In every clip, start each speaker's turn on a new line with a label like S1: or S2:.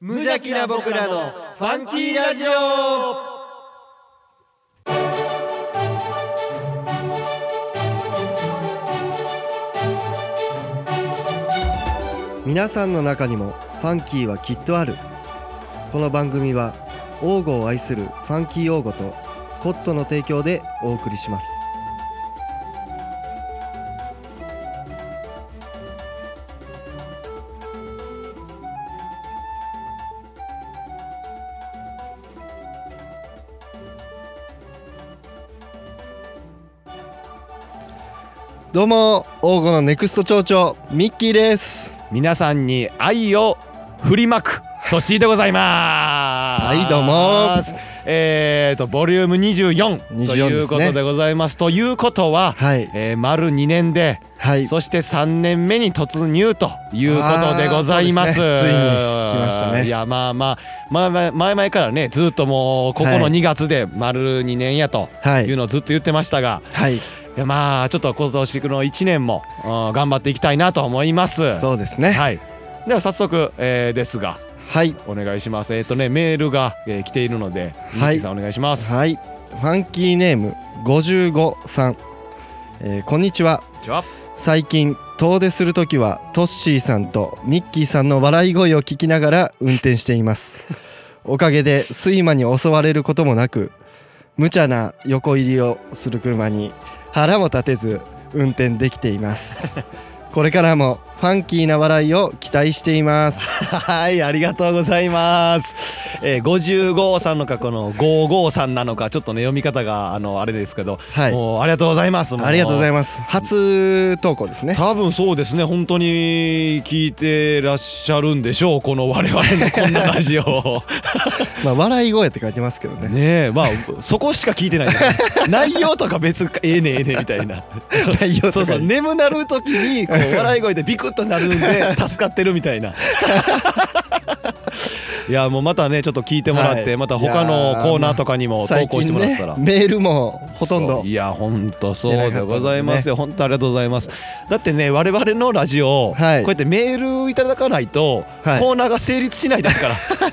S1: 無邪気な僕らのファンキーラジオ皆さんの中にもファンキーはきっとあるこの番組は王語を愛するファンキー王語とコットの提供でお送りしますどうも王語のネクスト町長ミッキーです
S2: 皆さんに愛を振りまく年でございます。
S1: はいどうも。
S2: えーとボリューム
S1: 24
S2: 24というこ
S1: です
S2: と
S1: ね
S2: でございます。ということは、
S1: はい
S2: えー丸2年で、
S1: はい
S2: そして3年目に突入ということでございます。
S1: あーそうですねついに来ましたね
S2: いやまあまあ前々前々からねずっともうここ
S1: は
S2: の
S1: い
S2: 2月で丸2年やと
S1: はいいう
S2: のをずっと言ってましたが。
S1: はい
S2: いやまあちょっと今年の1年もうん頑張っていきたいなと思います。
S1: そうですね
S2: はい。では早速、えーですが
S1: はい
S2: お願いします。えっ、とねメールが、えー来ているので、
S1: い
S2: はい、さんお願いします。
S1: はいファンキーネーム55さん、えーこんにちは
S2: こんにちは
S1: 最近遠出するときはトッシーさんとミッキーさんの笑い声を聞きながら運転していますおかげで睡魔に襲われることもなく無茶な横入りをする車に腹も立てず運転できていますこれからもファンキーな笑いを期待しています
S2: はいありがとうございます。えー、55さんのかこの55さんなのかちょっとね読み方があのあれですけど、
S1: はい
S2: もうありがとうございます。
S1: ありがとうござい
S2: ま
S1: ます初投稿ですね
S2: 多分そうですね本当に聞いてらっしゃるんでしょうこの我々のこんなラジオ
S1: まあ笑い声って書いてますけどね
S2: ねえまあそこしか聞いて ないですね内容とか別かええねええねみたいな
S1: 内容とか
S2: そうそう眠なる時にこう笑い声でビクッとなるん で助かってるみたいな。いやもうまたねちょっと聞いてもらって、
S1: はい
S2: また他のコーナーとかにも投
S1: 最
S2: 稿して
S1: 近
S2: もらっ
S1: ね
S2: たら。
S1: メールもほとん
S2: そ
S1: ど
S2: ういや本当そうでございますよ本当ありがとうございますだってね我々のラジオ、
S1: はい
S2: こうやってメールいただかないと、
S1: はい
S2: コーナーが成立しないですか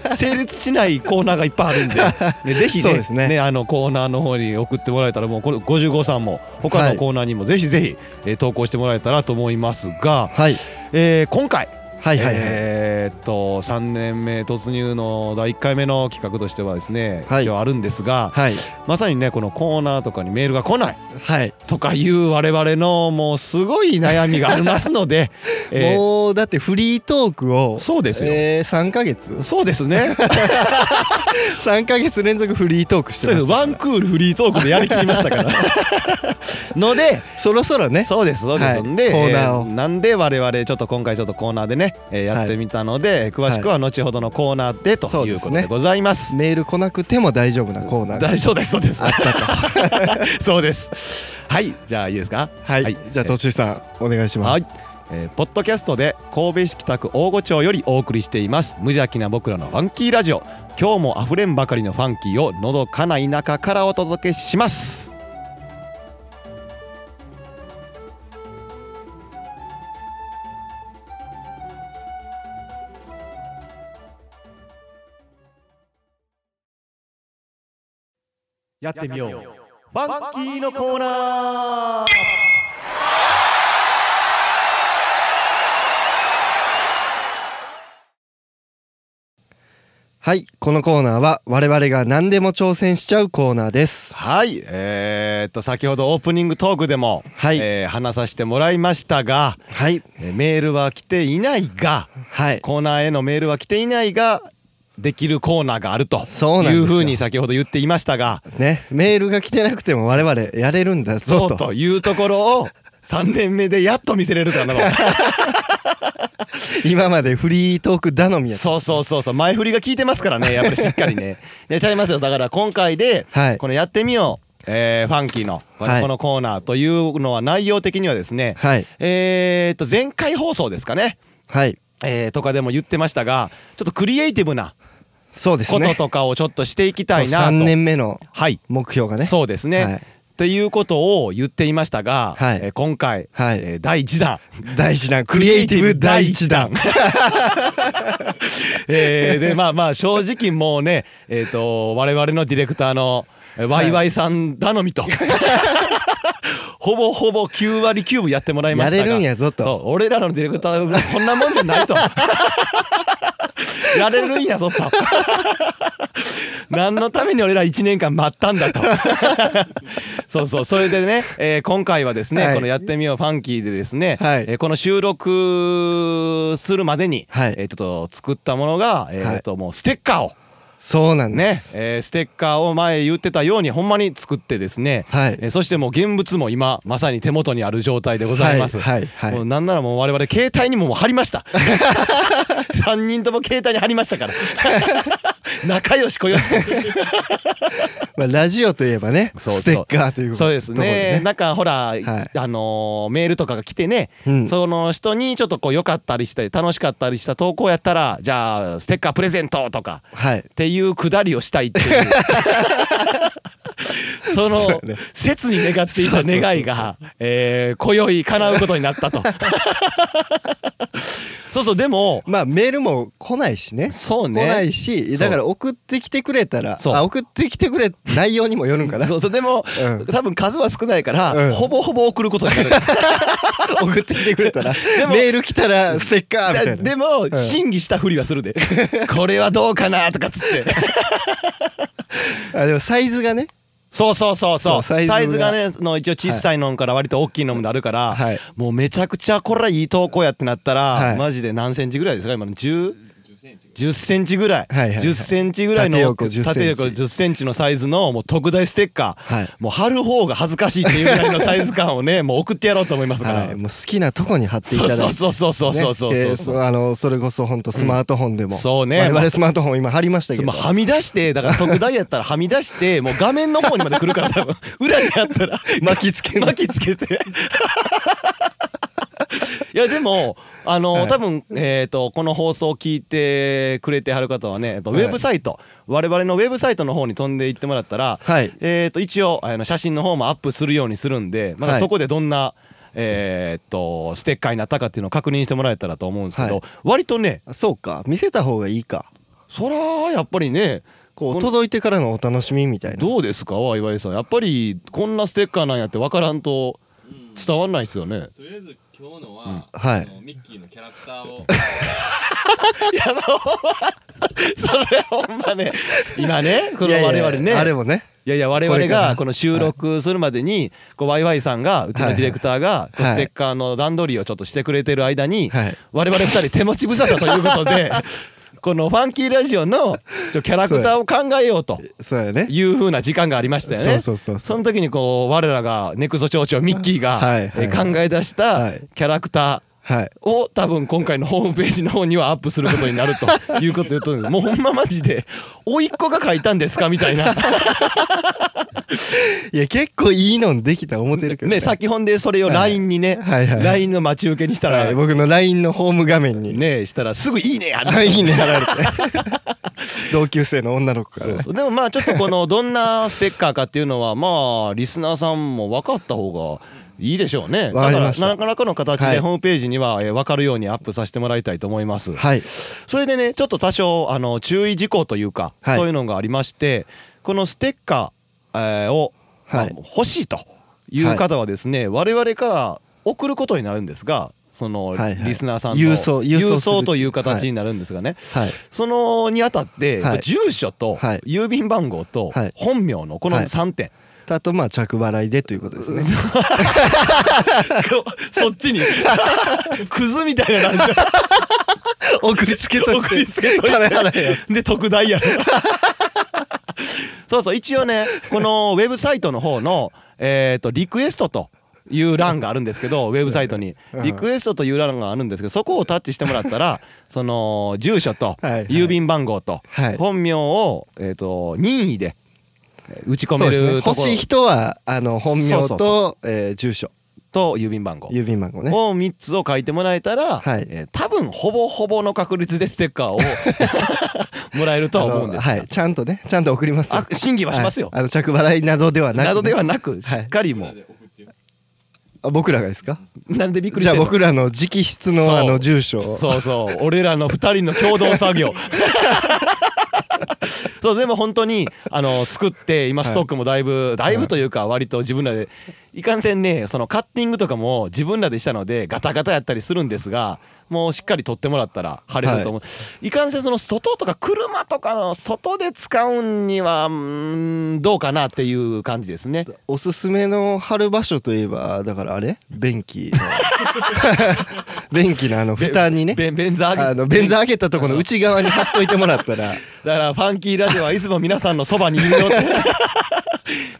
S2: ら 成立しないコーナーがいっぱいあるんで、ね、ぜひ
S1: そう
S2: ね
S1: ですね
S2: あのコーナーの方に送ってもらえたらもうこれ55さんも他
S1: は
S2: の
S1: い
S2: コーナーにもぜひぜひ、えー投稿してもらえたらと思いますが、
S1: はい
S2: えー今回
S1: はいはいはい、
S2: えーっと3年目突入の第1回目の企画としてはですね、
S1: はい
S2: 一応あるんですが、
S1: はい
S2: まさにねこのコーナーとかにメールが来ない
S1: はい、
S2: とかいう我々のもうすごい悩みがありますの で、えー
S1: もうだってフリートークを
S2: そうですよ
S1: えー、3ヶ月
S2: そうですね
S1: 3ヶ月連続フリートークし
S2: そう
S1: て
S2: で
S1: ますし
S2: ワ
S1: た
S2: ンクールフリートークでやりきりましたから ので
S1: そろそろね
S2: そうですそうです、
S1: はい
S2: んで
S1: コーナーを
S2: えなんで我々ちょっと今回ちょっとコーナーでね、えーやってみたので、詳しくは後ほどのコーナーでと
S1: そう
S2: い
S1: で
S2: う
S1: すね
S2: ことでございます。
S1: メール来なくても大丈夫なコーナー
S2: 大丈夫ですそう です。 そうです。はいじゃあいいですか。
S1: はい、
S2: はい
S1: じゃあとしさんお願いします
S2: はい、えーポッドキャストで神戸市北区大御町よりお送りしています無邪気な僕らのファンキーラジオ今日もあふれんばかりのファンキーをのどかな田舎からお届けしますやってみようファンキーのコーナー
S1: はいこのコーナーは我々が何でも挑戦しちゃうコーナーです
S2: はい、えー、っと先ほどオープニングトークでも、
S1: はい
S2: えー話させてもらいましたが、
S1: はい
S2: えーメールは来ていないが
S1: はい
S2: コーナーへのメールは来ていないができるコーナーがあると
S1: そうなん
S2: い
S1: ですよ
S2: うふうに先ほど言っていましたが
S1: ねメールが来てなくても我々やれるんだ
S2: そ
S1: ぞ
S2: う
S1: と
S2: というところを3年目でやっと見せれるかな
S1: 今までフリートーク頼みやった
S2: そうそうそうそう前振りが効いてますからねやっぱりしっかり ねいやちゃいますよだから今回で、
S1: はい
S2: この「やってみよう」えーファンキーのこ
S1: はい
S2: のコーナーというのは内容的にはですね、
S1: はい
S2: えー、っと前回放送ですかね、
S1: はい
S2: えーとかでも言ってましたがちょっとクリエイティブな
S1: そうです
S2: こ
S1: ね
S2: ととかをちょっとしていきたいなと。
S1: 3年目の
S2: はい、
S1: 目標がね
S2: そうですね、
S1: はい
S2: っていうことを言っていましたが、
S1: はい
S2: えー今回、
S1: はい、
S2: えー第1弾
S1: 第一弾クリエイティブ第一弾
S2: えーでまあまあ正直もうねえっ、と我々のディレクターのえーワイワイさん頼 みと、ほぼほぼ9割9分やってもらいまし
S1: や
S2: たが
S1: れるんやぞと
S2: そう俺らのディレクターはこんなもんじゃない とやれるんやぞと何のために俺ら1年間待ったん だとそうそうそれでね、えー今回はですね、
S1: はい
S2: この「やってみようファンキー」でですね、
S1: はい
S2: えーこの収録するまでに、
S1: はい
S2: えーちょっと作ったものが、えー
S1: はい
S2: えっともうステッカーを
S1: そうなんで
S2: ね
S1: す、
S2: えーステッカーを前言ってたようにほんまに作ってですね、
S1: はい
S2: えーそしてもう現物も今まさに手元にある状態でございます。
S1: はいはい
S2: も
S1: は
S2: う
S1: い
S2: なんならもう我々携帯にももう貼りました 三人とも携帯に貼りましたから 仲良しこよし
S1: まあ、ラジオといえばね
S2: そうそう
S1: ステッカーという
S2: そうです
S1: ところ
S2: ねなんかほら、
S1: い
S2: あのーメールとかが来てね、
S1: うん
S2: その人にちょっとこう良かったりして楽しかったりした投稿やったらじゃあステッカープレゼントとか
S1: はい
S2: っていうくだりをしたいっていう そ
S1: そう
S2: の
S1: やね
S2: 切に願っていた願いがえー今宵叶うことになった とそうそうでも
S1: まあメールも来ないしね
S2: そう
S1: 来な
S2: ね
S1: いしだから送ってきてくれたら
S2: そう
S1: あ送ってきてくれ内容にもよるんかな
S2: そうそうでも、
S1: うん
S2: 多分数は少ないから、
S1: うん
S2: ほぼほぼ送ることになる
S1: 送ってきてくれたら
S2: も
S1: メール来たらステッカーみたいな
S2: でも、
S1: ん
S2: 審議したふりはするで これはどうかなとかっつって
S1: あでもサイズがね
S2: そうそうそうそう
S1: そう
S2: サ
S1: サイ
S2: イ
S1: ズが
S2: ズがねの一応小さいのから割と大きいのもあるから、
S1: はい
S2: もうめちゃくちゃこれはいい投稿やってなったら、
S1: はい
S2: マジで何センチぐらいですか今の10 10センチぐらい、
S1: はいはいはい
S2: 10センチぐらいの
S1: 縦横10センチ
S2: 縦横10センチのサイズのもう特大ステッカー、
S1: はい
S2: もう貼る方が恥ずかしいっていうぐらいのサイズ感をねもう送ってやろうと思いますから、
S1: はいもう好きなとこに貼ってい
S2: そ
S1: た
S2: う
S1: だいて
S2: そうそうそうそうそうそう
S1: ね
S2: そ
S1: え
S2: う
S1: ーそあのそれこそ本当スマートフォンでも、
S2: うんそうね
S1: 我
S2: まあ
S1: 々スマートフォン今貼りましたけ
S2: そう
S1: ど
S2: もうはみ出してだから特大やったらはみ出 してもう画面の方にまで来るから多分裏にあったら
S1: 巻きつけ
S2: 巻きつけていやでもあの、
S1: はい
S2: 多分、えー、とこの放送を聞いてくれてはる方はね、えっとウ
S1: はい
S2: ェブサイト、我々のウェブサイトの方に飛んでいってもらったら、
S1: はい
S2: えー、と一応あの写真の方もアップするようにするんでま
S1: は
S2: だ
S1: い
S2: そこでどんな、えー、とステッカーになったかっていうのを確認してもらえたらと思うんですけど、
S1: はい
S2: 割とね
S1: そうか見せた方がいいか
S2: そらやっぱりね
S1: こ
S2: こ
S1: うん届いてからのお楽しみみたいな
S2: どうですかわいわいさんやっぱりこんなステッカーなんやって分からんと
S3: うん
S2: 伝わんないですよね。
S3: とりあえず今日のは、
S1: うんはい
S3: あのミッキーのキャラクターを
S2: それほんまね今ねこの
S1: いやい
S2: 我
S1: や
S2: 々ね
S1: あれもね
S2: いやいや我
S1: こ
S2: 々
S1: れから
S2: がこの収録するまでにこうワイワイさんがうちのディレクターがこう
S1: はい
S2: ステッカーの段取りをちょっとしてくれてる間に
S1: はい
S2: 我々二人手持ち無沙汰ということ でこのファンキーラジオのちょキャラクターを考えようと
S1: そうやね
S2: いうふうな時間がありましたよね。
S1: そうそうそう
S2: その時にこう我らがネクソ町長ミッキーが
S1: はい
S2: えー考え出した
S1: はい
S2: キャラクタ
S1: はい
S2: ーを多分今回のホームページの方にはアップすることになると いうことで言っとるんですもうほんまマジで「甥っ子が書いたんですか?」みたい な
S1: いや結構いいのできた思ってるけど
S2: ね先ほんでそれを LINE にね
S1: はいはい
S2: LINE の待ち受けにした
S1: は
S2: ら
S1: い僕の LINE のホーム画面 に
S2: ねしたらすぐ「いいねや」
S1: あいいね貼られて 同級生の女の子から
S2: そ
S1: ね
S2: うそうでもまあちょっとこのどんなステッカーかっていうのはまあリスナーさんも分かった方がいいでしょうねだか
S1: わかりま
S2: ら
S1: した
S2: 何らかの形
S1: はい
S2: でホームページにはえー分かるようにアップさせてもらいたいと思います、
S1: はい
S2: それでねちょっと多少あの注意事項というか、
S1: はい
S2: そういうのがありましてこのステッカー、えーを、まあ
S1: はい
S2: 欲しいという方はですね、我々から送ることになるんですがその、
S1: はいはい
S2: リスナーさんの
S1: 郵送郵送する
S2: 郵送という形になるんですがね、
S1: はい
S2: そのにあたって、
S1: はい
S2: 住所と
S1: はい
S2: 郵便番号と
S1: はい
S2: 本名のこの
S1: はい
S2: 3点、
S1: あとまあ着払いでということですね
S2: そっち にクズみたいな感じ
S1: 送りつけといて
S2: 送りつけといて
S1: 金払えよ
S2: で特大やろそうそう一応ねこのウェブサイトの方のえーとリクエストという欄があるんですけどウェブサイトに
S1: うん
S2: リクエストという欄があるんですけどそこをタッチしてもらった らその住所と
S1: はいはい
S2: 郵便番号と
S1: はい
S2: 本名をえーと任意でえー打ち込
S1: そう
S2: め
S1: ですね
S2: ると
S1: 欲
S2: こ
S1: しい人はあの本名と
S2: そうそうそ
S1: えー住所
S2: ろと郵便番号
S1: 郵便番号ね
S2: を3つを書いてもらえたら、
S1: はい
S2: えー多分ほぼほぼの確率でステッカーをもらえるとは思うんですが
S1: あのはいちゃんとねちゃんと送りますよ
S2: あ審議はしますよ、
S1: はいあの着払いなどではなく
S2: などではなくし
S1: はい
S2: っかりもう、
S3: なで送ってよ
S1: あ僕らがですか
S2: なんでびっくりし
S1: じゃ
S2: てん
S1: あ
S2: の
S1: 僕らの直筆
S2: そう
S1: のあの住所を
S2: そうそう俺らの2人の共同作業 そうでも本当にあの作って今
S1: はい
S2: ストックもだいぶ、だいぶというか割と自分らでいかんせんねそのカッティングとかも自分らでしたのでガタガタやったりするんですがもうしっかり取ってもらったら晴れると思う、い、かんせんその外とか車とかの外で使うんにはうーんどうかなっていう感じですね
S1: おすすめの春場所といえばだからあれ便器の 便器のあの蓋にね
S2: ベンベンザーゲ
S1: あの便座開けたとこの内側に貼っといてもらった ら
S2: だからファンキーラジオはいつも皆さんのそばにいる よって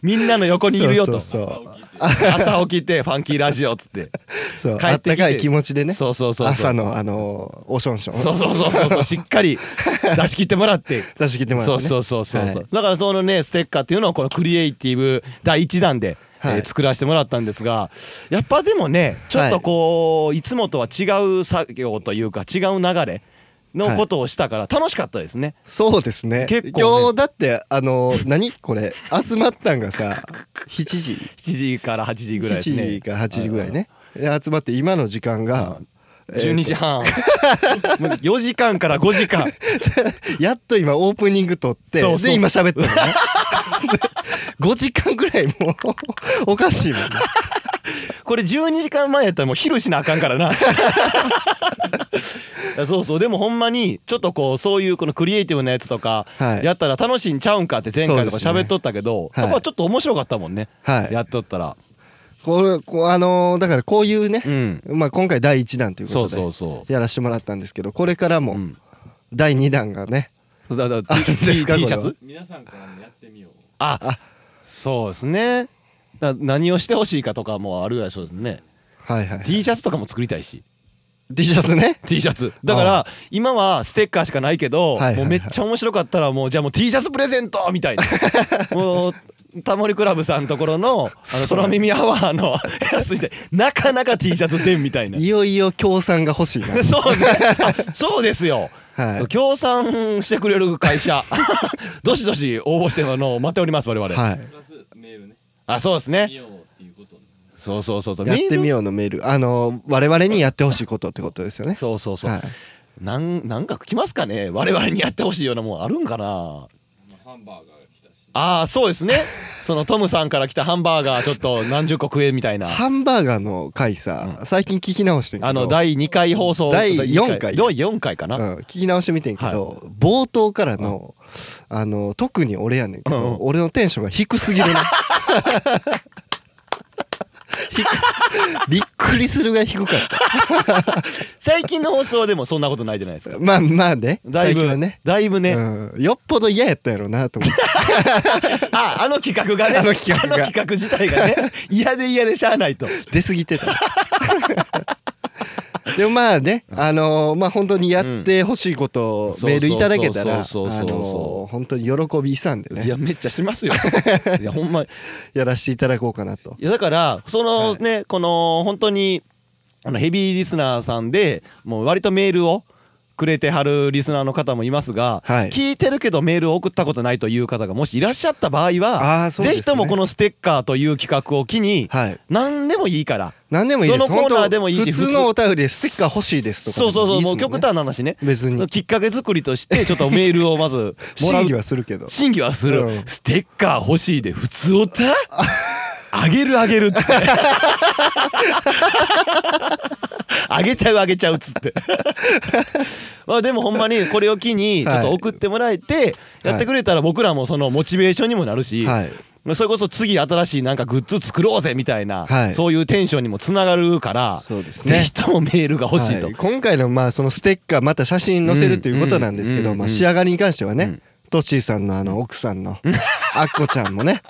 S2: みんなの横にいるよと
S1: そうそうそう
S3: 朝
S2: 朝起
S3: 起きて
S2: きてファンキーラジオっつって
S1: そう
S2: 帰
S1: あ
S2: っ
S1: って
S2: きて
S1: たかい気持ちでね
S2: そうそうそうそう
S1: 朝のあのおしょんしょん
S2: そうそうそうそうそうしっかり出し切ってもらって
S1: 出し切ってもらって
S2: そ
S1: ね
S2: うそうそうそうそう
S1: はい
S2: だからそのねステッカーっていうのをこのクリエイティブ第1弾で、
S1: はい
S2: えー作らせてもらったんですがやっぱでもねちょっとこう、い、つもとは違う作業というか違う流れのことをしたから楽しかったですね、
S1: そうですね
S2: 結構ね
S1: 今日だってあの何これ集まったんが さ7時
S2: 7時から8時ぐらいですね
S1: 7時か8時ぐらいねで集まって今の時間が
S2: 12時半、4時間から5時間
S1: やっと今オープニング撮って
S2: そうそう
S1: で今喋ったのね 5時間ぐらいもうおかしいもんね
S2: これ12時間前やったらもう昼しなあかんから なそうそうでもほんまにちょっとこうそういうこのクリエイティブなやつとか
S1: はい
S2: やったら楽しいんちゃうんかって前回とか
S1: そうですね
S2: 喋っとったけど、
S1: は
S2: や
S1: い
S2: っぱちょっと面白かったもんね、
S1: はい
S2: やっとったら
S1: これこうあのーだからこういうね、
S2: うん
S1: まあ、今回第1弾というこ
S2: そ
S1: と
S2: う
S1: で
S2: そうそ
S1: やらせてもらったんですけどこれから
S2: う、う
S1: も
S2: ん、
S1: 第2弾がね、
S2: そうだだ
S1: あるん
S2: T,
S1: ですか
S2: T
S1: こ
S2: シ
S1: れ
S2: ャ
S1: は
S2: ツ
S3: 皆さんからもやってみよう
S2: あそうですねだ何をしてほしいかとかもあるでしょうね
S1: はいはい、
S2: T シャツとかも作りたいし
S1: T シャツね
S2: T シャツだから今はステッカーしかないけど、
S1: はいはいはい
S2: もうめっちゃ面白かったらもうじゃあもう T シャツプレゼントみ たいなもうタモリクラブさんのところのあの空耳アワーの やつみたいなかなか T シャツ出んみたいな
S1: いよいよ協賛が欲しいな
S2: そうねあそうですよ、
S1: はい
S2: 協賛してくれる会 社どしどし応募してるのを待っております我々、
S1: はい
S3: プラスメールね
S2: あそうです
S3: 見
S2: ね
S3: ようっていうこと
S2: そうそうそうそう
S1: やってみ
S2: う
S1: ようのメールあのー我々にやってほしいことってことですよ ね
S2: そうそうそう、
S1: はい
S2: なんなんか来ますかね我々にやってほしいようなもんあるんかな
S3: まあハンバーガーが来たし
S2: ああそうですね そのトムさんから来たハンバーガーちょっと何十個食えみたいな
S1: ハンバーガーの回さ、最近聞き直してんけど
S2: あの第2回放送
S1: 第四回
S2: 第4回かな、
S1: うん、聞き直してみてんけど、冒頭からの,、あの特に俺やねんけど、
S2: うんうん
S1: 俺のテンションが低すぎるね低びっくりするが低かっ
S2: 最近の放送はでもそんなことないじゃないですか
S1: た まあまあね
S2: だい
S1: 最近
S2: ぶ
S1: はね
S2: だいぶね、
S1: うん、よっぽど嫌やったやろなと思って
S2: ああの企画がね
S1: あの企画が
S2: あの企画自体がね嫌で嫌でしゃあないと
S1: 出過ぎてた でもまあね、あのーまあ本当にやってほしいことを
S2: うん
S1: メールいただけたら、あの
S2: そうそうそうそうそう
S1: ー本当に喜びさんで
S2: い
S1: ね
S2: やめっちゃします よいやほんま
S1: やらせていただこうかなと
S2: いやだからその
S1: はい
S2: ね、この本当にあのヘビーリスナーさんでもう割とメールをくれてはるリスナーの方もいますが、
S1: はい
S2: 聞いてるけどメールを送ったことないという方がもしいらっしゃった場合
S1: あ
S2: は、
S1: ーそう
S2: ぜ
S1: ですね
S2: ひともこのステッカーという企画を機に、
S1: はい
S2: 何でもいいから
S1: 何でもいいで
S2: ど
S1: す
S2: のコーナーでもいいし
S1: 本当普通のお便りでステッカー欲しいですと
S2: そ
S1: か
S2: うそうそうもう
S1: でいいですんね
S2: 極端な話ね
S1: 別に
S2: きっかけ作りとしてちょっとメールをまず もらう
S1: 審議はするけど
S2: 審議はする、
S1: うん
S2: ステッカー欲しいで普通お たあげるあげるっつって あげちゃうあげちゃうっつって まあでもほんまにこれを機にちょっと送ってもらえてやってくれたら僕らもそのモチベーションにもなるし、
S1: はい
S2: それこそ次新しいなんかグッズ作ろうぜみたいな、
S1: はい
S2: そういうテンションにもつながるから、
S1: そうですね
S2: ぜひともメールが欲しいと、
S1: はい今回のまあそのステッカーまた写真載せるということなんですけ
S2: う
S1: ど
S2: ん
S1: ま
S2: う
S1: あ
S2: ん
S1: 仕上がりに関しては
S2: う
S1: ね
S2: ん
S1: トッシーさんのあの奥さんのあっこちゃんも ね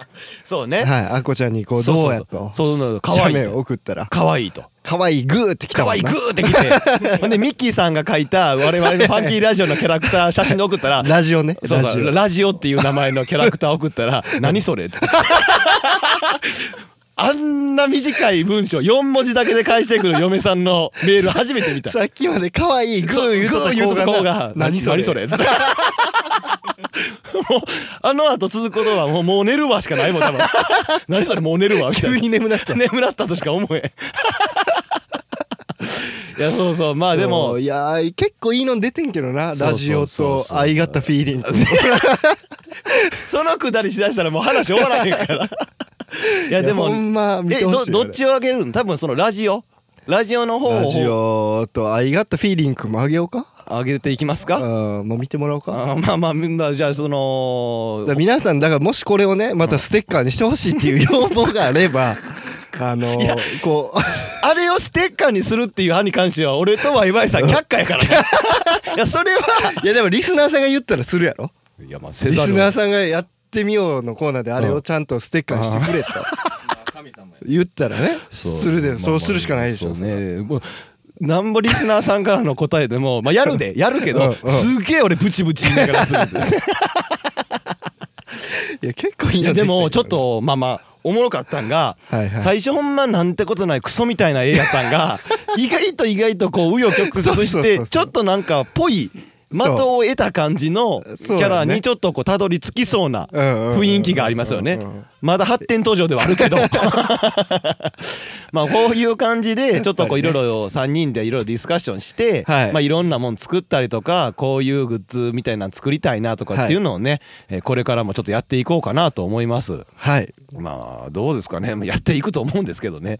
S2: そう
S1: は
S2: ね、
S1: いあっこちゃんにこう
S2: そうそうそ
S1: ど
S2: う
S1: うやと
S2: そういうの可愛い
S1: 写メを送ったら
S2: かわいいと。
S1: かわいいグーってきた
S2: 可
S1: もん
S2: 愛い
S1: な
S2: グーって来て ほんでミッキーさんが書いた我々のファンキーラジオのキャラクター写真で送ったら
S1: ラジオね
S2: そう
S1: ラ
S2: そ
S1: ジ
S2: う
S1: オ
S2: ラジオっていう名前のキャラクター送った ら「何それ」っつって あんな短い文章4文字だけで返してくる嫁さんのメール初めて見た
S1: さっきまでかわいいグ
S2: そう
S1: ー言うとった
S2: グー言うとった
S1: 子
S2: 子
S1: が
S2: が
S1: 何それ
S2: 何それっつってあの後続くことはもうもう寝るわしかないもん多分何それもう寝るわみたい
S1: 急
S2: な
S1: に眠なっ た
S2: 眠らったとしか思えん いやそうそうまあで
S1: そ
S2: も
S1: ういやー結構いいの出てんけどな
S2: そう
S1: ラ
S2: そう
S1: ジオ
S2: そう
S1: と
S2: そう
S1: 相がったフィーリ ング
S2: そのくだりしだしたらもう話終わらへん からいやでも
S1: ほんま見
S2: え
S1: てほ
S2: ど
S1: しいよ
S2: どっちをあげるの多分そのラジオラジオの方
S1: ラジ
S2: を
S1: オと相がったフィーリングもあげようか
S2: 上げていきます
S1: あ
S2: か
S1: ーもう見てもらおうか
S2: あーまあまあみんなじゃあその
S1: じゃあ皆さんだからもしこれをねまたステッカーにしてほしいっていう要望があ ればあのーこう
S2: あれをステッカーにするっていう案に関しては俺とワイワイさん却下やからね いやそれはい
S1: やでもリスナーさんが言ったらするやろ
S2: いやまあせ
S1: リ
S2: ざ
S1: ス
S2: るを
S1: ナーさんがやってみようのコーナーであれをちゃんとステッカーにして くれと
S3: まあ神様や。
S1: 言ったらね
S2: そう
S1: するで
S2: まあ
S1: そうするしかないでし
S2: そ
S1: ょ
S2: うねもうなんぼリスナーさんからの答えでも、まあ、やるでやるけど、
S1: うんうん
S2: すげえ俺ブチブチ言いながらするんで
S1: いや結構いい
S2: い
S1: の
S2: や
S1: で
S2: で
S1: きたけどね
S2: もちょっとまあまあおもろかったんが、
S1: はいはい
S2: 最初ほんまなんてことないクソみたいな絵やったんが 意外と意外とこう紆余曲折
S1: そ
S2: し
S1: うそうそう
S2: て
S1: そう
S2: ちょっとなんかぽい的を得た感じのキ
S1: そう
S2: ャラ
S1: そうだね
S2: にちょっとこうたどり着きそうな
S1: うんうんうん
S2: 雰囲気がありますよね
S1: うんうん
S2: まだ発展途上ではあるけどまあこういう感じ でちょっとこういろいろ3人でいろいろディスカッションして、
S1: はい
S2: まあいろんなもん作ったりとかこういうグッズみたいなの作りたいなとかっていうのをね、えーこれからもちょっとやっていこうかなと思います。
S1: はい
S2: まあどうですかねまあやっていくと思うんですけど ね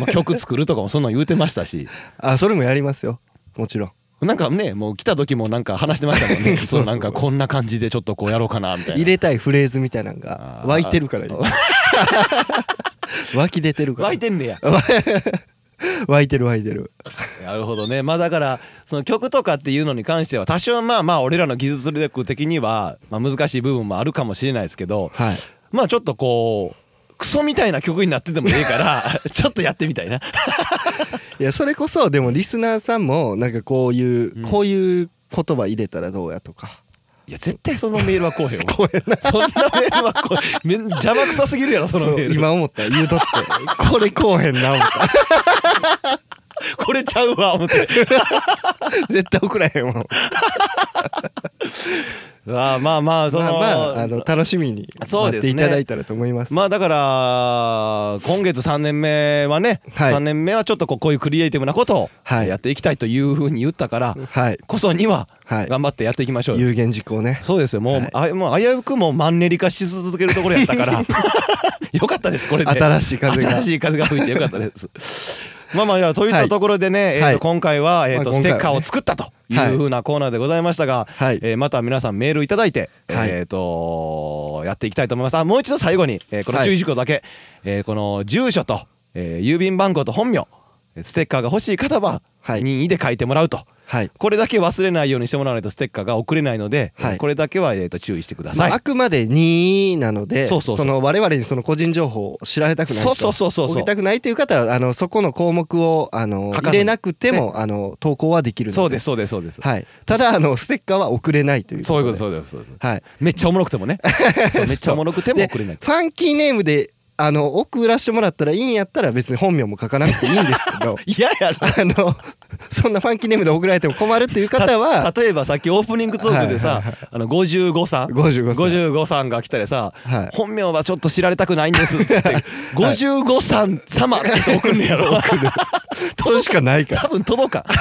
S2: まあ曲作るとかもそんなん言うてましたし
S1: あそれもやりますよもちろん
S2: なんかねもう来た時もなんか話してましたもんね
S1: そうそう
S2: そうなんかこんな感じでちょっとこうやろうかなみたい
S1: 入
S2: な。
S1: れたいフレーズみたいなのが湧いてるか ら今湧き出てるから
S2: 湧いてんねや
S1: 湧いてる湧いてる
S2: なるほどねまあだからその曲とかっていうのに関しては多少まあまあ俺らの技術力的にはまあ難しい部分もあるかもしれないですけど、
S1: はい
S2: まあちょっとこうクソみたいな曲になっててもいいから ちょっとやってみたいな。
S1: いやそれこそでもリスナーさんもなんかこういう、
S2: うん
S1: こういう言葉入れたらどうやとか
S2: いや絶対そのメールは来おへんわ。 そんなメールは来おへんめん邪魔くさすぎるやろその
S1: そう
S2: メール。
S1: 今思った言 うとってこれこうへんな思った
S2: これちゃうわ思 って
S1: 絶対送らへんもんま
S2: ああまあまあ
S1: あ
S2: その、
S1: ま
S2: まあ
S1: ああの楽しみに
S2: そう
S1: 待っ
S2: です
S1: て
S2: ね
S1: いただいたらと思います
S2: だから今月3年目はね、
S1: はい
S2: 3年目はちょっとこうこういうクリエイティブなことを
S1: はい
S2: やっていきたいというふうに言ったから、
S1: はい
S2: こそには
S1: はい
S2: 頑張ってやっていきましょうよ、
S1: 有言実行ね
S2: そうですよもう,、あもう危うくもうマンネリ化し続けるところやったから よかったですこれで
S1: 新しい風が
S2: 新しい風が吹いてよかったです。まあまあじゃあといったところでね、えーと
S1: はい
S2: 今回は、えーと
S1: まあ
S2: ス
S1: 今
S2: テ
S1: 回は
S2: ッカー
S1: ね
S2: を作ったという
S1: はい
S2: ふうなコーナーでございましたが、
S1: はい
S2: えーまた皆さんメールいただいて、
S1: はい
S2: えー、とやっていきたいと思いますあもう一度最後に、えーこの注意事項だけ、えーこの住所と、えー郵便番号と本名えーステッカーが欲しい方は
S1: はい
S2: 任意で書いてもらうと、
S1: はい
S2: これだけ忘れないようにしてもらわないとステッカーが送れないので、
S1: はい
S2: えーこれだけは、えー、と注意してくだ
S1: ま
S2: さい。
S1: あ、あくまで任意なので
S2: そうそうそう
S1: の我々にその個人情報を知られたくない
S2: そうそうそうそうそう
S1: 送りたくないという方はあのそこの項目をあの
S2: 書かずに
S1: 入れなくても、あの投稿はできるので
S2: そうですそうですそうです、
S1: はい、ただあのステッカーは送れないということ
S2: そう
S1: で
S2: いうことそうですそうです
S1: はい、
S2: めっちゃおもろくても ねそうめっちゃおもろくても
S1: で
S2: 送れない
S1: ファンキーネームであの送らしてもらったらいいんやったら別に本名も書かなくていいんですけど
S2: いややろ
S1: あのそんなファンキーネームで送られても困るという方
S2: た
S1: は
S2: 例えばさっきオープニングトークで
S1: は
S2: さ
S1: いはい
S2: あの55さん
S1: 55さん
S2: 55さんが来たりさ
S1: はい
S2: 本名はちょっと知られたくないんです」っつ って「55さん様」って送るんねやろ
S1: それしかないから
S2: 多分届かん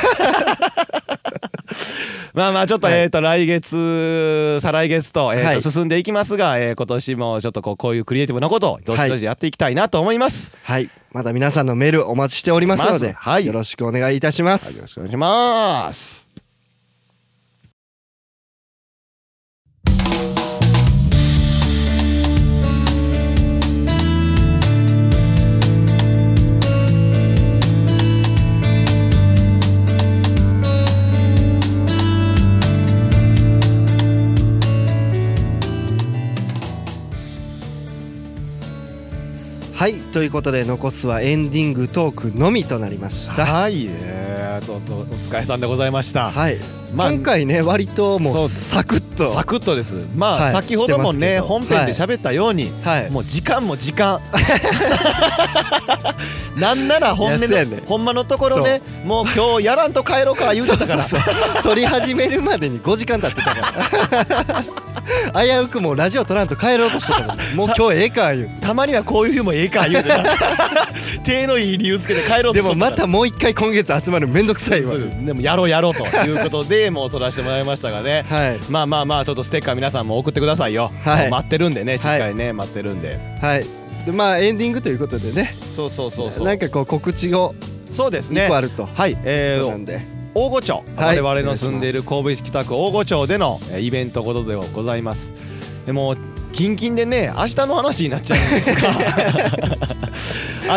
S2: まあまあちょっとえっと来月再来月と
S1: は
S2: えー
S1: い
S2: と進んでいきますがえー今年もちょっとこうこういうクリエイティブなことをどしどしやっていきたいなと思います。
S1: はいまだ皆さんのメールお待ちしておりますので、
S2: まずはい
S1: よろしくお願いいたしま
S2: はいよ
S1: す
S2: ろしくお願いします。
S1: はいということで残すはエンディングトークのみとなりました
S2: はい、えー、ととお疲れさんでございました。
S1: はい、
S2: まあ
S1: 今回ね割とも
S2: そう
S1: うサクッと
S2: サクッとです。まあ、
S1: はい
S2: 先ほどもね
S1: 来てますけど
S2: 本編で喋ったように、
S1: はい
S2: もう時間も時 間。なんなら本音
S1: いやそうや
S2: の、
S1: ね
S2: ほんまのところね、もう今日やらんと帰ろうか言うてたから。
S1: そうそうそう撮り始めるまでに5時間経ってたか ら危うくもうラジオ撮らんと帰ろうとしてたもんもう今日ええか言う
S2: たまにはこういう日もええか言うて な手のいい理由つけて帰ろうと
S1: で
S2: しと
S1: も
S2: った
S1: ま
S2: ら
S1: たもう一回今月集まるめんどくさいわ
S2: そうでもやろうやろうということでもう撮らせてもらいました がね、
S1: はい
S2: まあまあまあちょっとステッカー皆さんも送ってくださいよ、
S1: はい
S2: もう待ってるんでねしっかりね、待ってるんで
S1: はいでまあエンディングということでね
S2: そうそうそうそう
S1: なんかこう告知を
S2: そうですね
S1: 2個あると、
S2: はいえ
S1: そう
S2: ー
S1: なんで
S2: 大御町、
S1: はい
S2: 我々の住んでいる神戸市北区大御町でのえーイベントことでございますでもうキンキンでね明日の話になっちゃうん ですが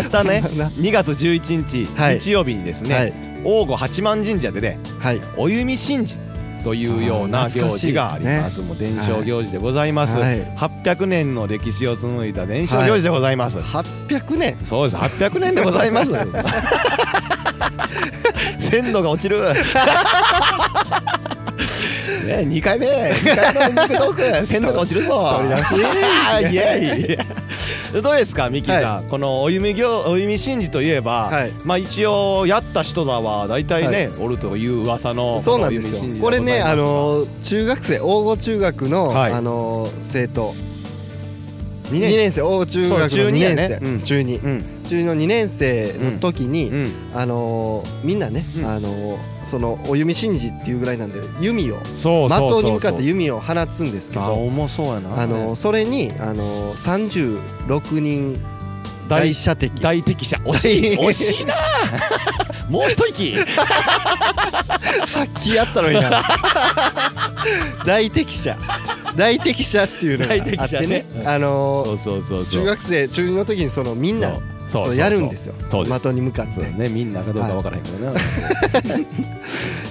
S2: 明日ね
S1: ほんま な
S2: 2月11日、
S1: はい
S2: 日曜日にですね、
S1: はい
S2: 大御八幡神社でね
S1: はい
S2: お弓神事というよう
S1: あ
S2: な行
S1: ー懐かしい
S2: 事がありますもう伝承行事でございます、
S1: はい
S2: 800年の歴史を紡いだ伝承行事でございます、
S1: 800年
S2: そうです800年でございます 鮮度が落ち るね2回目2回目の肉ト ーク鮮度が落ちるぞ
S1: 取り出し
S2: イエイどうですかミキさん、このお弓行お弓神事といえば、
S1: はい
S2: まあ一応やった人らは大体ね、
S1: は
S2: おるという噂の
S1: そうなんですよ
S2: こ
S1: こ
S2: のお
S1: れ
S2: 弓神事で
S1: ね
S2: ござい
S1: あ
S2: ますが
S1: のー中学生大御中学の、
S2: はい
S1: あのー生徒
S2: 二
S1: 2
S2: 年
S1: 年生大御中学の
S2: そう中
S1: 2
S2: 二や
S1: 年
S2: ね
S1: 生
S2: うん
S1: 中2中二の2年生の時に、
S2: うんうん
S1: あのーみんなね、
S2: うん
S1: あのーそのお弓神事っていうぐらいなんで弓を
S2: そうそうそう
S1: 的に向かって弓を放つんですけ
S2: あ
S1: ど
S2: 重そうやな
S1: あのーそれに、あのー、36人
S2: 大
S1: 大射的
S2: 大敵者惜しい 惜しいな もう一息
S1: さっきやったのに な大敵者大敵者っていうのがあ
S2: 大敵
S1: っ
S2: 者
S1: てね
S2: ね
S1: あのー
S2: そうそうそうそう
S1: 中学生中二の時にそのみんな
S2: そうそう
S1: そ
S2: そうう
S1: やるんですよ
S2: そうです
S1: 的に向かって
S2: そうだねみんなかどうかわからへんけどな、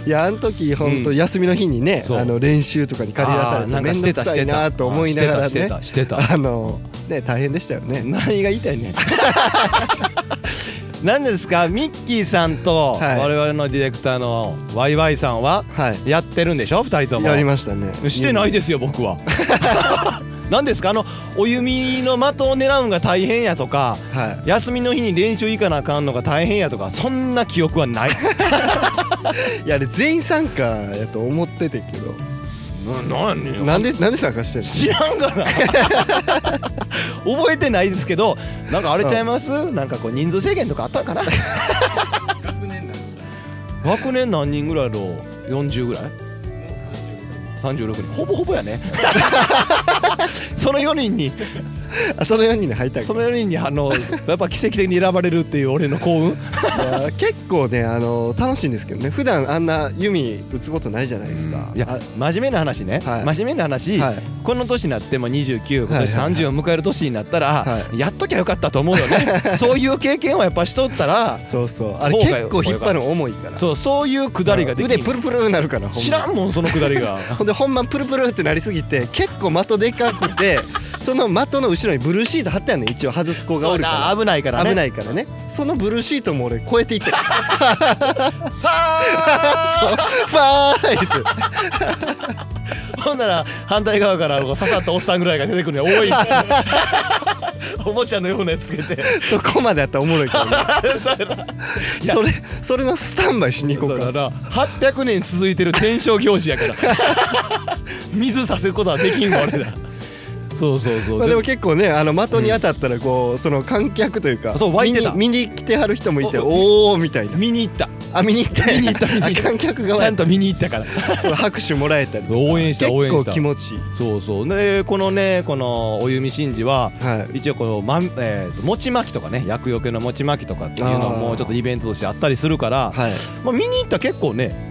S1: いやあの時本当
S2: うん
S1: 休みの日にね
S2: そう
S1: あの練習とかに借り出され
S2: あーな
S1: て
S2: んか
S1: めん
S2: し
S1: ど
S2: て
S1: く
S2: た
S1: さいなと思いながら
S2: して
S1: ね
S2: たして たしてた
S1: あのね大変でしたよね
S2: 何が言いたいねん 何ですかミッキーさんと
S1: はい
S2: 我々のディレクターのワイワイさんは
S1: はい
S2: やってるんでしょ二人とも
S1: やりましたね
S2: してないですよ僕 は何ですかあのお弓の的を狙うんが大変やとか
S1: は
S2: 休みの日に練習行かなあかんのが大変やとかそんな記憶は ない
S1: いいやあれ全員参加やと思っててんけど
S2: な何よ
S1: なんでなんで参加してんの
S2: 知らんが な覚えてないですけどなんかあれちゃいますなんかこう人数制限とかあったんか な
S3: 学年なんだも
S2: 学年何人ぐらいの40ぐらいう
S3: 30
S2: 36人ほぼほぼや ねその4人に
S1: あその4人に入ったんか
S2: その4人にあのやっぱ奇跡的に選ばれるっていう俺の幸運
S1: いや結構ねあの楽しいんですけどね普段あんな弓打つことないじゃないですか
S2: いや真面目な話ね、
S1: はい
S2: 真面目な話、
S1: はい
S2: この年になっても29今年
S1: はいはい
S2: 30を迎える年になったら、
S1: は
S2: やっときゃよかったと思うよね そういう経験をやっぱしとったら
S1: あそうそうあれ
S2: そうか
S1: 結構引っ張るの重いから
S2: そうそういうくだりができ
S1: 腕
S2: る
S1: プルプルになるからほんま
S2: 知らんもんそのくだり が
S1: ほんでほんまプルプルってなりすぎて結構的でかく てその的の後ろにブルーシート貼ったよね一応外す子が
S2: そ
S1: お
S2: う
S1: る
S2: な
S1: か
S2: 危ないかららね
S1: 危ないからねそのブルーシートも俺超えていったよ
S2: は
S1: バーイって
S2: ーほんなら反対側からこう刺さったおっさんぐらいが出てくるのよ多いん ですよおもちゃのようなやつつけて
S1: そこまでやったらおもろいけどね
S2: それ ないや
S1: それそれのスタンバイしに行こ
S2: そううだ
S1: か
S2: な800年続いてる伝承行事やから 水させることはできんわ俺らそうそうそう、
S1: まあ、でも結構ねあの的に当たったらこう、その観客というか
S2: そう湧いてた
S1: 見に見に来てはる人もいて
S2: お
S1: おおみたいな
S2: 見に行った
S1: あ見に行った
S2: 見に行った見に行った
S1: あ観客
S2: ち
S1: 側
S2: ゃんと見に行ったから
S1: そう拍手もらえたりとか
S2: 応援した応援した
S1: 結構気持ちいい
S2: そうそうでこのねこのお弓神事は
S1: はい
S2: 一応こう、まんえー、餅巻きとかね厄除けの餅巻きとかっていうの
S1: あー
S2: もちょっとイベントとしてあったりするから、
S1: はい
S2: まあ、見に行ったら結構ね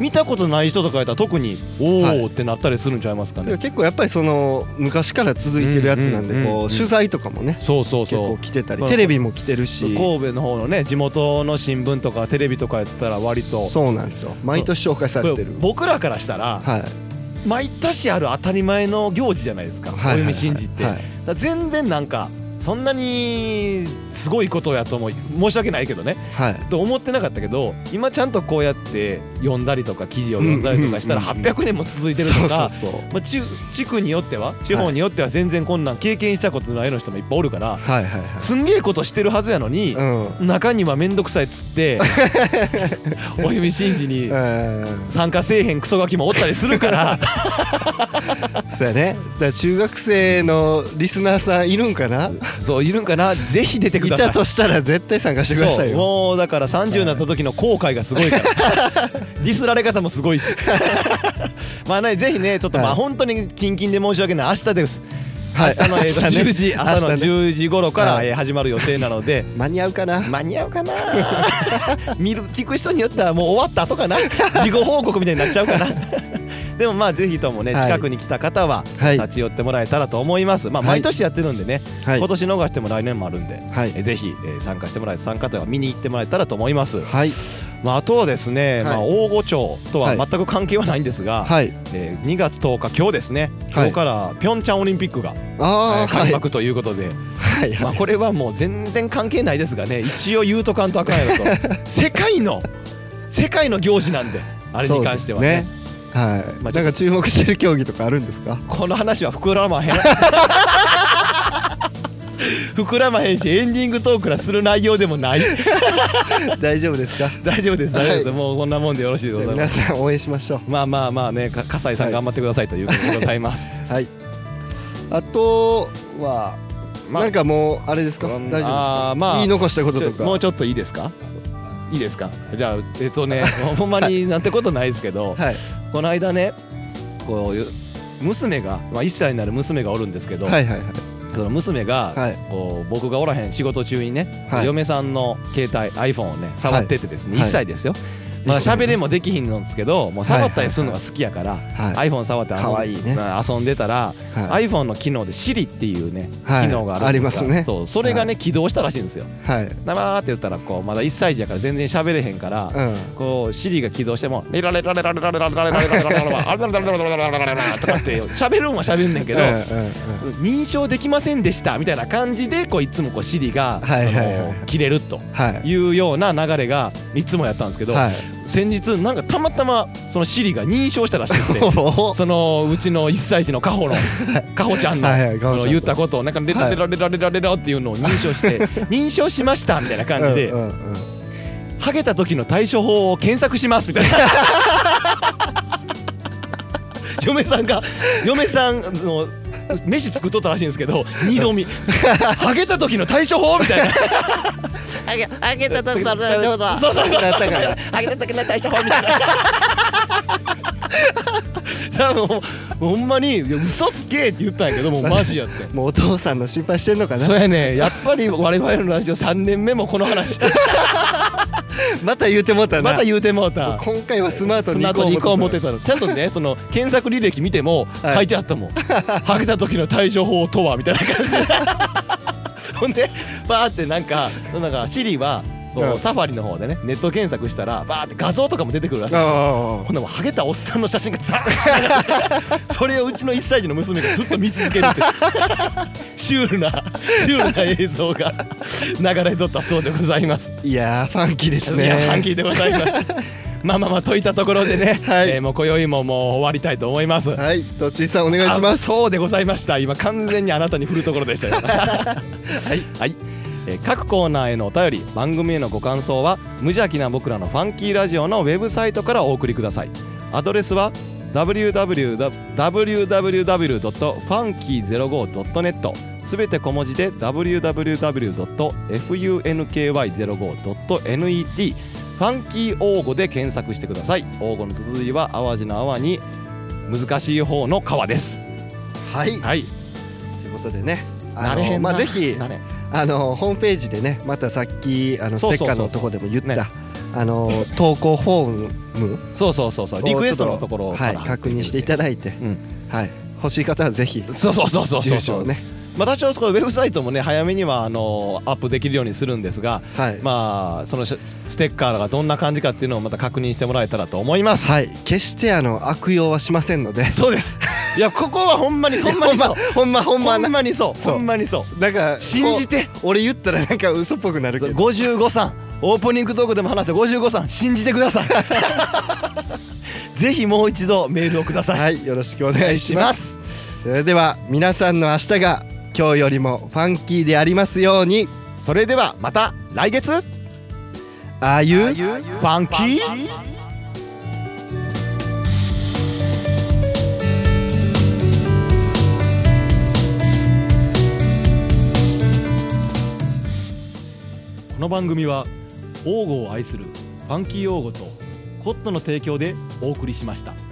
S2: 見たことない人とかやったら特に
S1: は
S2: お
S1: い
S2: おってなったりするんちゃいますかね、
S1: てか結構やっぱりその昔から続いてるやつな
S2: う
S1: ん
S2: ん
S1: で
S2: うんうん
S1: こ
S2: う
S1: うん取材とかもね
S2: そうそう
S1: 結
S2: そ
S1: 構
S2: う
S1: 来てたり
S2: そう
S1: テレビも来てるし
S2: 神戸の方のね地元の新聞とかテレビとかやったら割と
S1: そうなんですよ毎年紹介され
S2: こ
S1: て
S2: れ
S1: る
S2: 僕らからしたら
S1: はい
S2: 毎年ある当たり前の行事じゃないですか、
S1: はいはいはい
S2: お弓神事って、
S1: はい
S2: だから全然なんかそんなにすごいことやと思い申し訳ないけどね
S1: はい
S2: と思ってなかったけど今ちゃんとこうやって読んだりとか記事を読んだりとかしたら
S1: うんうんうん
S2: 800年も続いてる
S1: そ
S2: と
S1: うそ
S2: か
S1: うそう
S2: まあ、地地区によっては地方によっては全然こんなん経験したことないの人もいっぱいおるから
S1: はいはいはい
S2: すんげえことしてるはずやのに
S1: うん
S2: 中には面倒くさいっつって お弓神事に
S1: えー
S2: 参加せえへんクソガキもおったりするから
S1: そうやねだから中学生のリスナーさんいるんかな
S2: そういるんかなぜひ出てく
S1: い
S2: ださい
S1: たとしたら絶対参加してください
S2: そう
S1: よ
S2: もうだから30になった時の後悔がすごいからディスられ方もす ごいしまあねぜひねちょっとま
S1: は
S2: あ
S1: い
S2: 本当にキンキンで申し訳ない明日です明
S1: はい
S2: 日の映画
S1: 明日ね
S2: 10時朝の
S1: 明日ね
S2: 10時頃か
S1: は
S2: ら
S1: い
S2: えー始まる予定なので
S1: 間に合うかな
S2: 間に合うかな 見る聞く人によってはもう終わった後 かな事後報告みたいになっちゃうかなでもまあぜひともね
S1: はい
S2: 近くに来た方は
S1: はい
S2: 立ち寄ってもらえたらと思いますまあ
S1: は
S2: 毎
S1: い
S2: 年やってるんでね
S1: はい
S2: 今年逃しても来年もあるんで
S1: はい
S2: えーぜひ、えー参加してもらえ参加というか見に行ってもらえたらと思います、
S1: はい
S2: まあ、あとはですね、
S1: はい
S2: まあ、大御町とは
S1: はい
S2: 全く関係はないんですが、
S1: はい
S2: えー2月10日今日ですね今日からピョンチャンオリンピックが、え
S1: あ
S2: ー
S1: あは
S2: 開
S1: い
S2: 幕ということで、
S1: はい
S2: まあ、これはもう全然関係ないですがね一応言うとかんとあかんやろと 世界の世界の行事なんであれに関してはね
S1: そうですねはい、
S2: まあ
S1: なんか注目してる競技とかあるんですか
S2: この話は膨らまへ ん膨らまへんしエンディングトークらする内容でもない
S1: 大丈夫ですか
S2: 大丈夫です大丈夫です、もうこんなもんでよろしいで
S1: じ
S2: ご
S1: ゃ
S2: ざ
S1: あ
S2: いま
S1: 皆
S2: す
S1: さん応援しましょ
S2: まあまあまあねか笠井さ
S1: は
S2: ん
S1: い
S2: 頑張ってくださいということでございます、
S1: うはいあとは、
S2: まあ
S1: なんかもうあれですか
S2: こ
S1: 大丈夫
S2: ん
S1: で
S2: あ
S1: すか
S2: ー、まあ
S1: 言い残したこと
S2: ちょ
S1: とか
S2: もうちょっといいですかいいですかじゃあえっとねほんまになんてことないですけど、
S1: はい
S2: この間ねこういう娘が、まあ、1歳になる娘がおるんですけど、
S1: はいはい
S2: その娘が、
S1: はい
S2: こう僕がおらへん仕事中にね、
S1: はい
S2: 嫁さんの携帯 iPhone をね触っててですね、
S1: はい
S2: 1歳ですよ、まだ喋りもできひんのですけどもう触ったりするのが好きやから、
S1: はいはい
S2: iPhone 触って
S1: かわいいね
S2: まあ遊んでたら、
S1: はいはい
S2: iPhone の機能で Siri っていうね、
S1: はい
S2: 機能があるんですが
S1: ありますね
S2: そうそれがね、起動したらしいんですよ
S1: はい
S2: 生ーって言ったらこうまだ1歳児やから全然喋れへんから、
S1: うん
S2: こう Siri が起動しても「レラレラレラレラレラレラレラレラレラレラレラレラレラレラレラレラレラ」とかって喋るんは喋んねんけど
S1: うんうんうん
S2: 認証できませんでしたみたいな感じでこういつもこう Siri が
S1: はいはいはい
S2: その切れると
S1: はい
S2: いうような流れがいつもやったんですけど、
S1: はい
S2: 先日なんかたまたまその Siri が認証したらしくて
S1: お
S2: そのうちの1歳児のカホのカホちゃんの
S1: はいはいカホちゃん
S2: あの言ったことをなんかレラレラレラレラレラっていうのを認証して認証しましたみたいな感じで
S1: うんうんうん
S2: ハゲた時の対処法を検索しますみた いな。嫁さんが嫁さんの飯作っとったらしいんですけど二度見ハゲた時の対処法みたいな
S4: あげ、あげたとしたらちょうど。
S2: そうそうそう
S1: だったから
S2: ハゲた時の対処法みた いな多分ほんまにいや嘘つけって言ったんやけどもうマジや って
S1: もうお父さんの心配してんのかな
S2: そうやねやっぱり我々のラジオ3年目もこの話
S1: また言うてもうたな
S2: また言うてもうた
S1: 今回はスマート
S2: ス
S1: に
S2: マ
S1: 行
S2: ート
S1: こう
S2: に行こう思
S1: 思
S2: ってたのちゃんとねその検索履歴見ても
S1: はい
S2: 書いてあった もん、ハゲた時の対処法とはみたいな感じ でほんでバーってなんかなんかシリはこう
S1: うん
S2: サファリの方でねネット検索したらバーって画像とかも出てくるらしいんですよほ
S1: あ
S2: んでもうハゲたおっさんの写真がザーッ それをうちの1歳児の娘がずっと見続けるって いうシュールなシュールな映像が流れとったそうでございます
S1: あいやーファンキーで
S2: い
S1: すね
S2: やハンキーでございます まあまあまあといったところでね、
S1: はい
S2: えーもう今宵ももう終わりたいと思いますお
S1: はいとちいさんお願いします
S2: そうでございました今完全にあなたに振るところでした よはい、はいえー各コーナーへのお便り番組へのご感想は無邪気な僕らのファンキーラジオのウェブサイトからお送りくださいアドレスは www.funky05.net すべて小文字で www.funky05.net ファンキー応募で検索してください応募の続きは淡路の泡に難しい方の川です
S1: はい
S2: はい
S1: ということでねあ
S2: なれへ
S1: の
S2: ん
S1: ま
S2: な
S1: あぜひ
S2: なれ
S1: あのホームページでねまたさっきあのス
S2: そう
S1: テ
S2: そ
S1: ッ
S2: う
S1: カ
S2: そ
S1: ー
S2: うそう
S1: のとこでも言っ
S2: ね
S1: たあの投稿フォーム
S2: そうそうそうそうリクエストのところ
S1: を
S2: を
S1: はい確認していただいて
S2: うん
S1: はい欲しい方はぜひ
S2: そうそうそうそうそう
S1: 住所をね
S2: まあ多少これウェブサイトもね早めにはあのアップできるようにするんですが
S1: はい
S2: まあそのしステッカーがどんな感じかっていうのをまた確認してもらえたらと思います
S1: はい決してあの悪用はしませんので
S2: そうですいやここはほんまにそんまにそう
S1: ほんまほんまほんま
S2: ほん
S1: な
S2: まにそう
S1: そう
S2: ほんまにそう
S1: なんか
S2: 信じ
S1: て
S2: て
S1: 俺言ったらなんか嘘っぽくなるけど
S2: 55さんオープニングトークでも話した55さん 信じてください ぜひもう一度メールをください、
S1: はいよろしくお
S2: お願
S1: 願
S2: い
S1: い
S2: し
S1: します
S2: ます
S1: それでは皆さんの明日が今日よりもファンキーでありますように
S2: それではまた来月
S1: ああいう
S2: ファンキー番組は王吾を愛するファンキー王吾とコットの提供でお送りしました。